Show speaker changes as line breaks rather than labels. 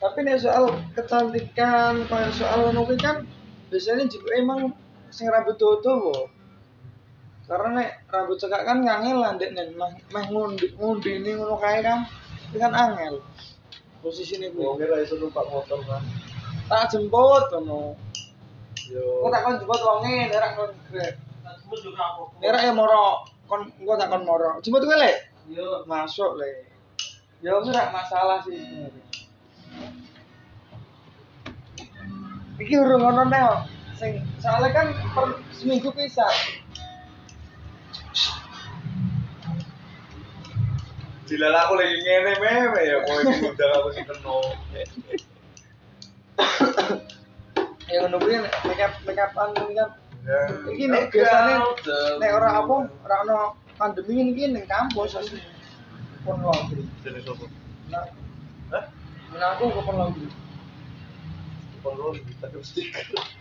tapi nih soal kecantikan kayak soal ngono kuwi kan biasanya juga emang sing rambut tuwa karena nek rambut cekak kan ngangel lah ndek nen mah mah ngundi ngundi ini ngono kae kan itu kan angel posisi ini gue
Wongnya lah iso numpak motor kan.
tak jemput ngono
Yo.
gue tak kon jemput wonge nerak kon grek.
Aku juga apa?
nerak ya moro kon gue tak kon moro jemput gue lek
Yo,
masuk le ya aku gak masalah sih sebenarnya. iki urung ngono neo sing soalnya kan per seminggu bisa
Dilala aku lagi ngene meme ya kowe diundang aku sing kena.
ya ngono kuwi nek make up make upan ini kan
Ya.
iki nek
Oke,
biasane
udah.
nek ora apa ora ono pandemi ini iki ning kampus asli pun laundry
Jenis apa?
nah
Hah?
menaku ke pun laundry
Perlu kita stiker.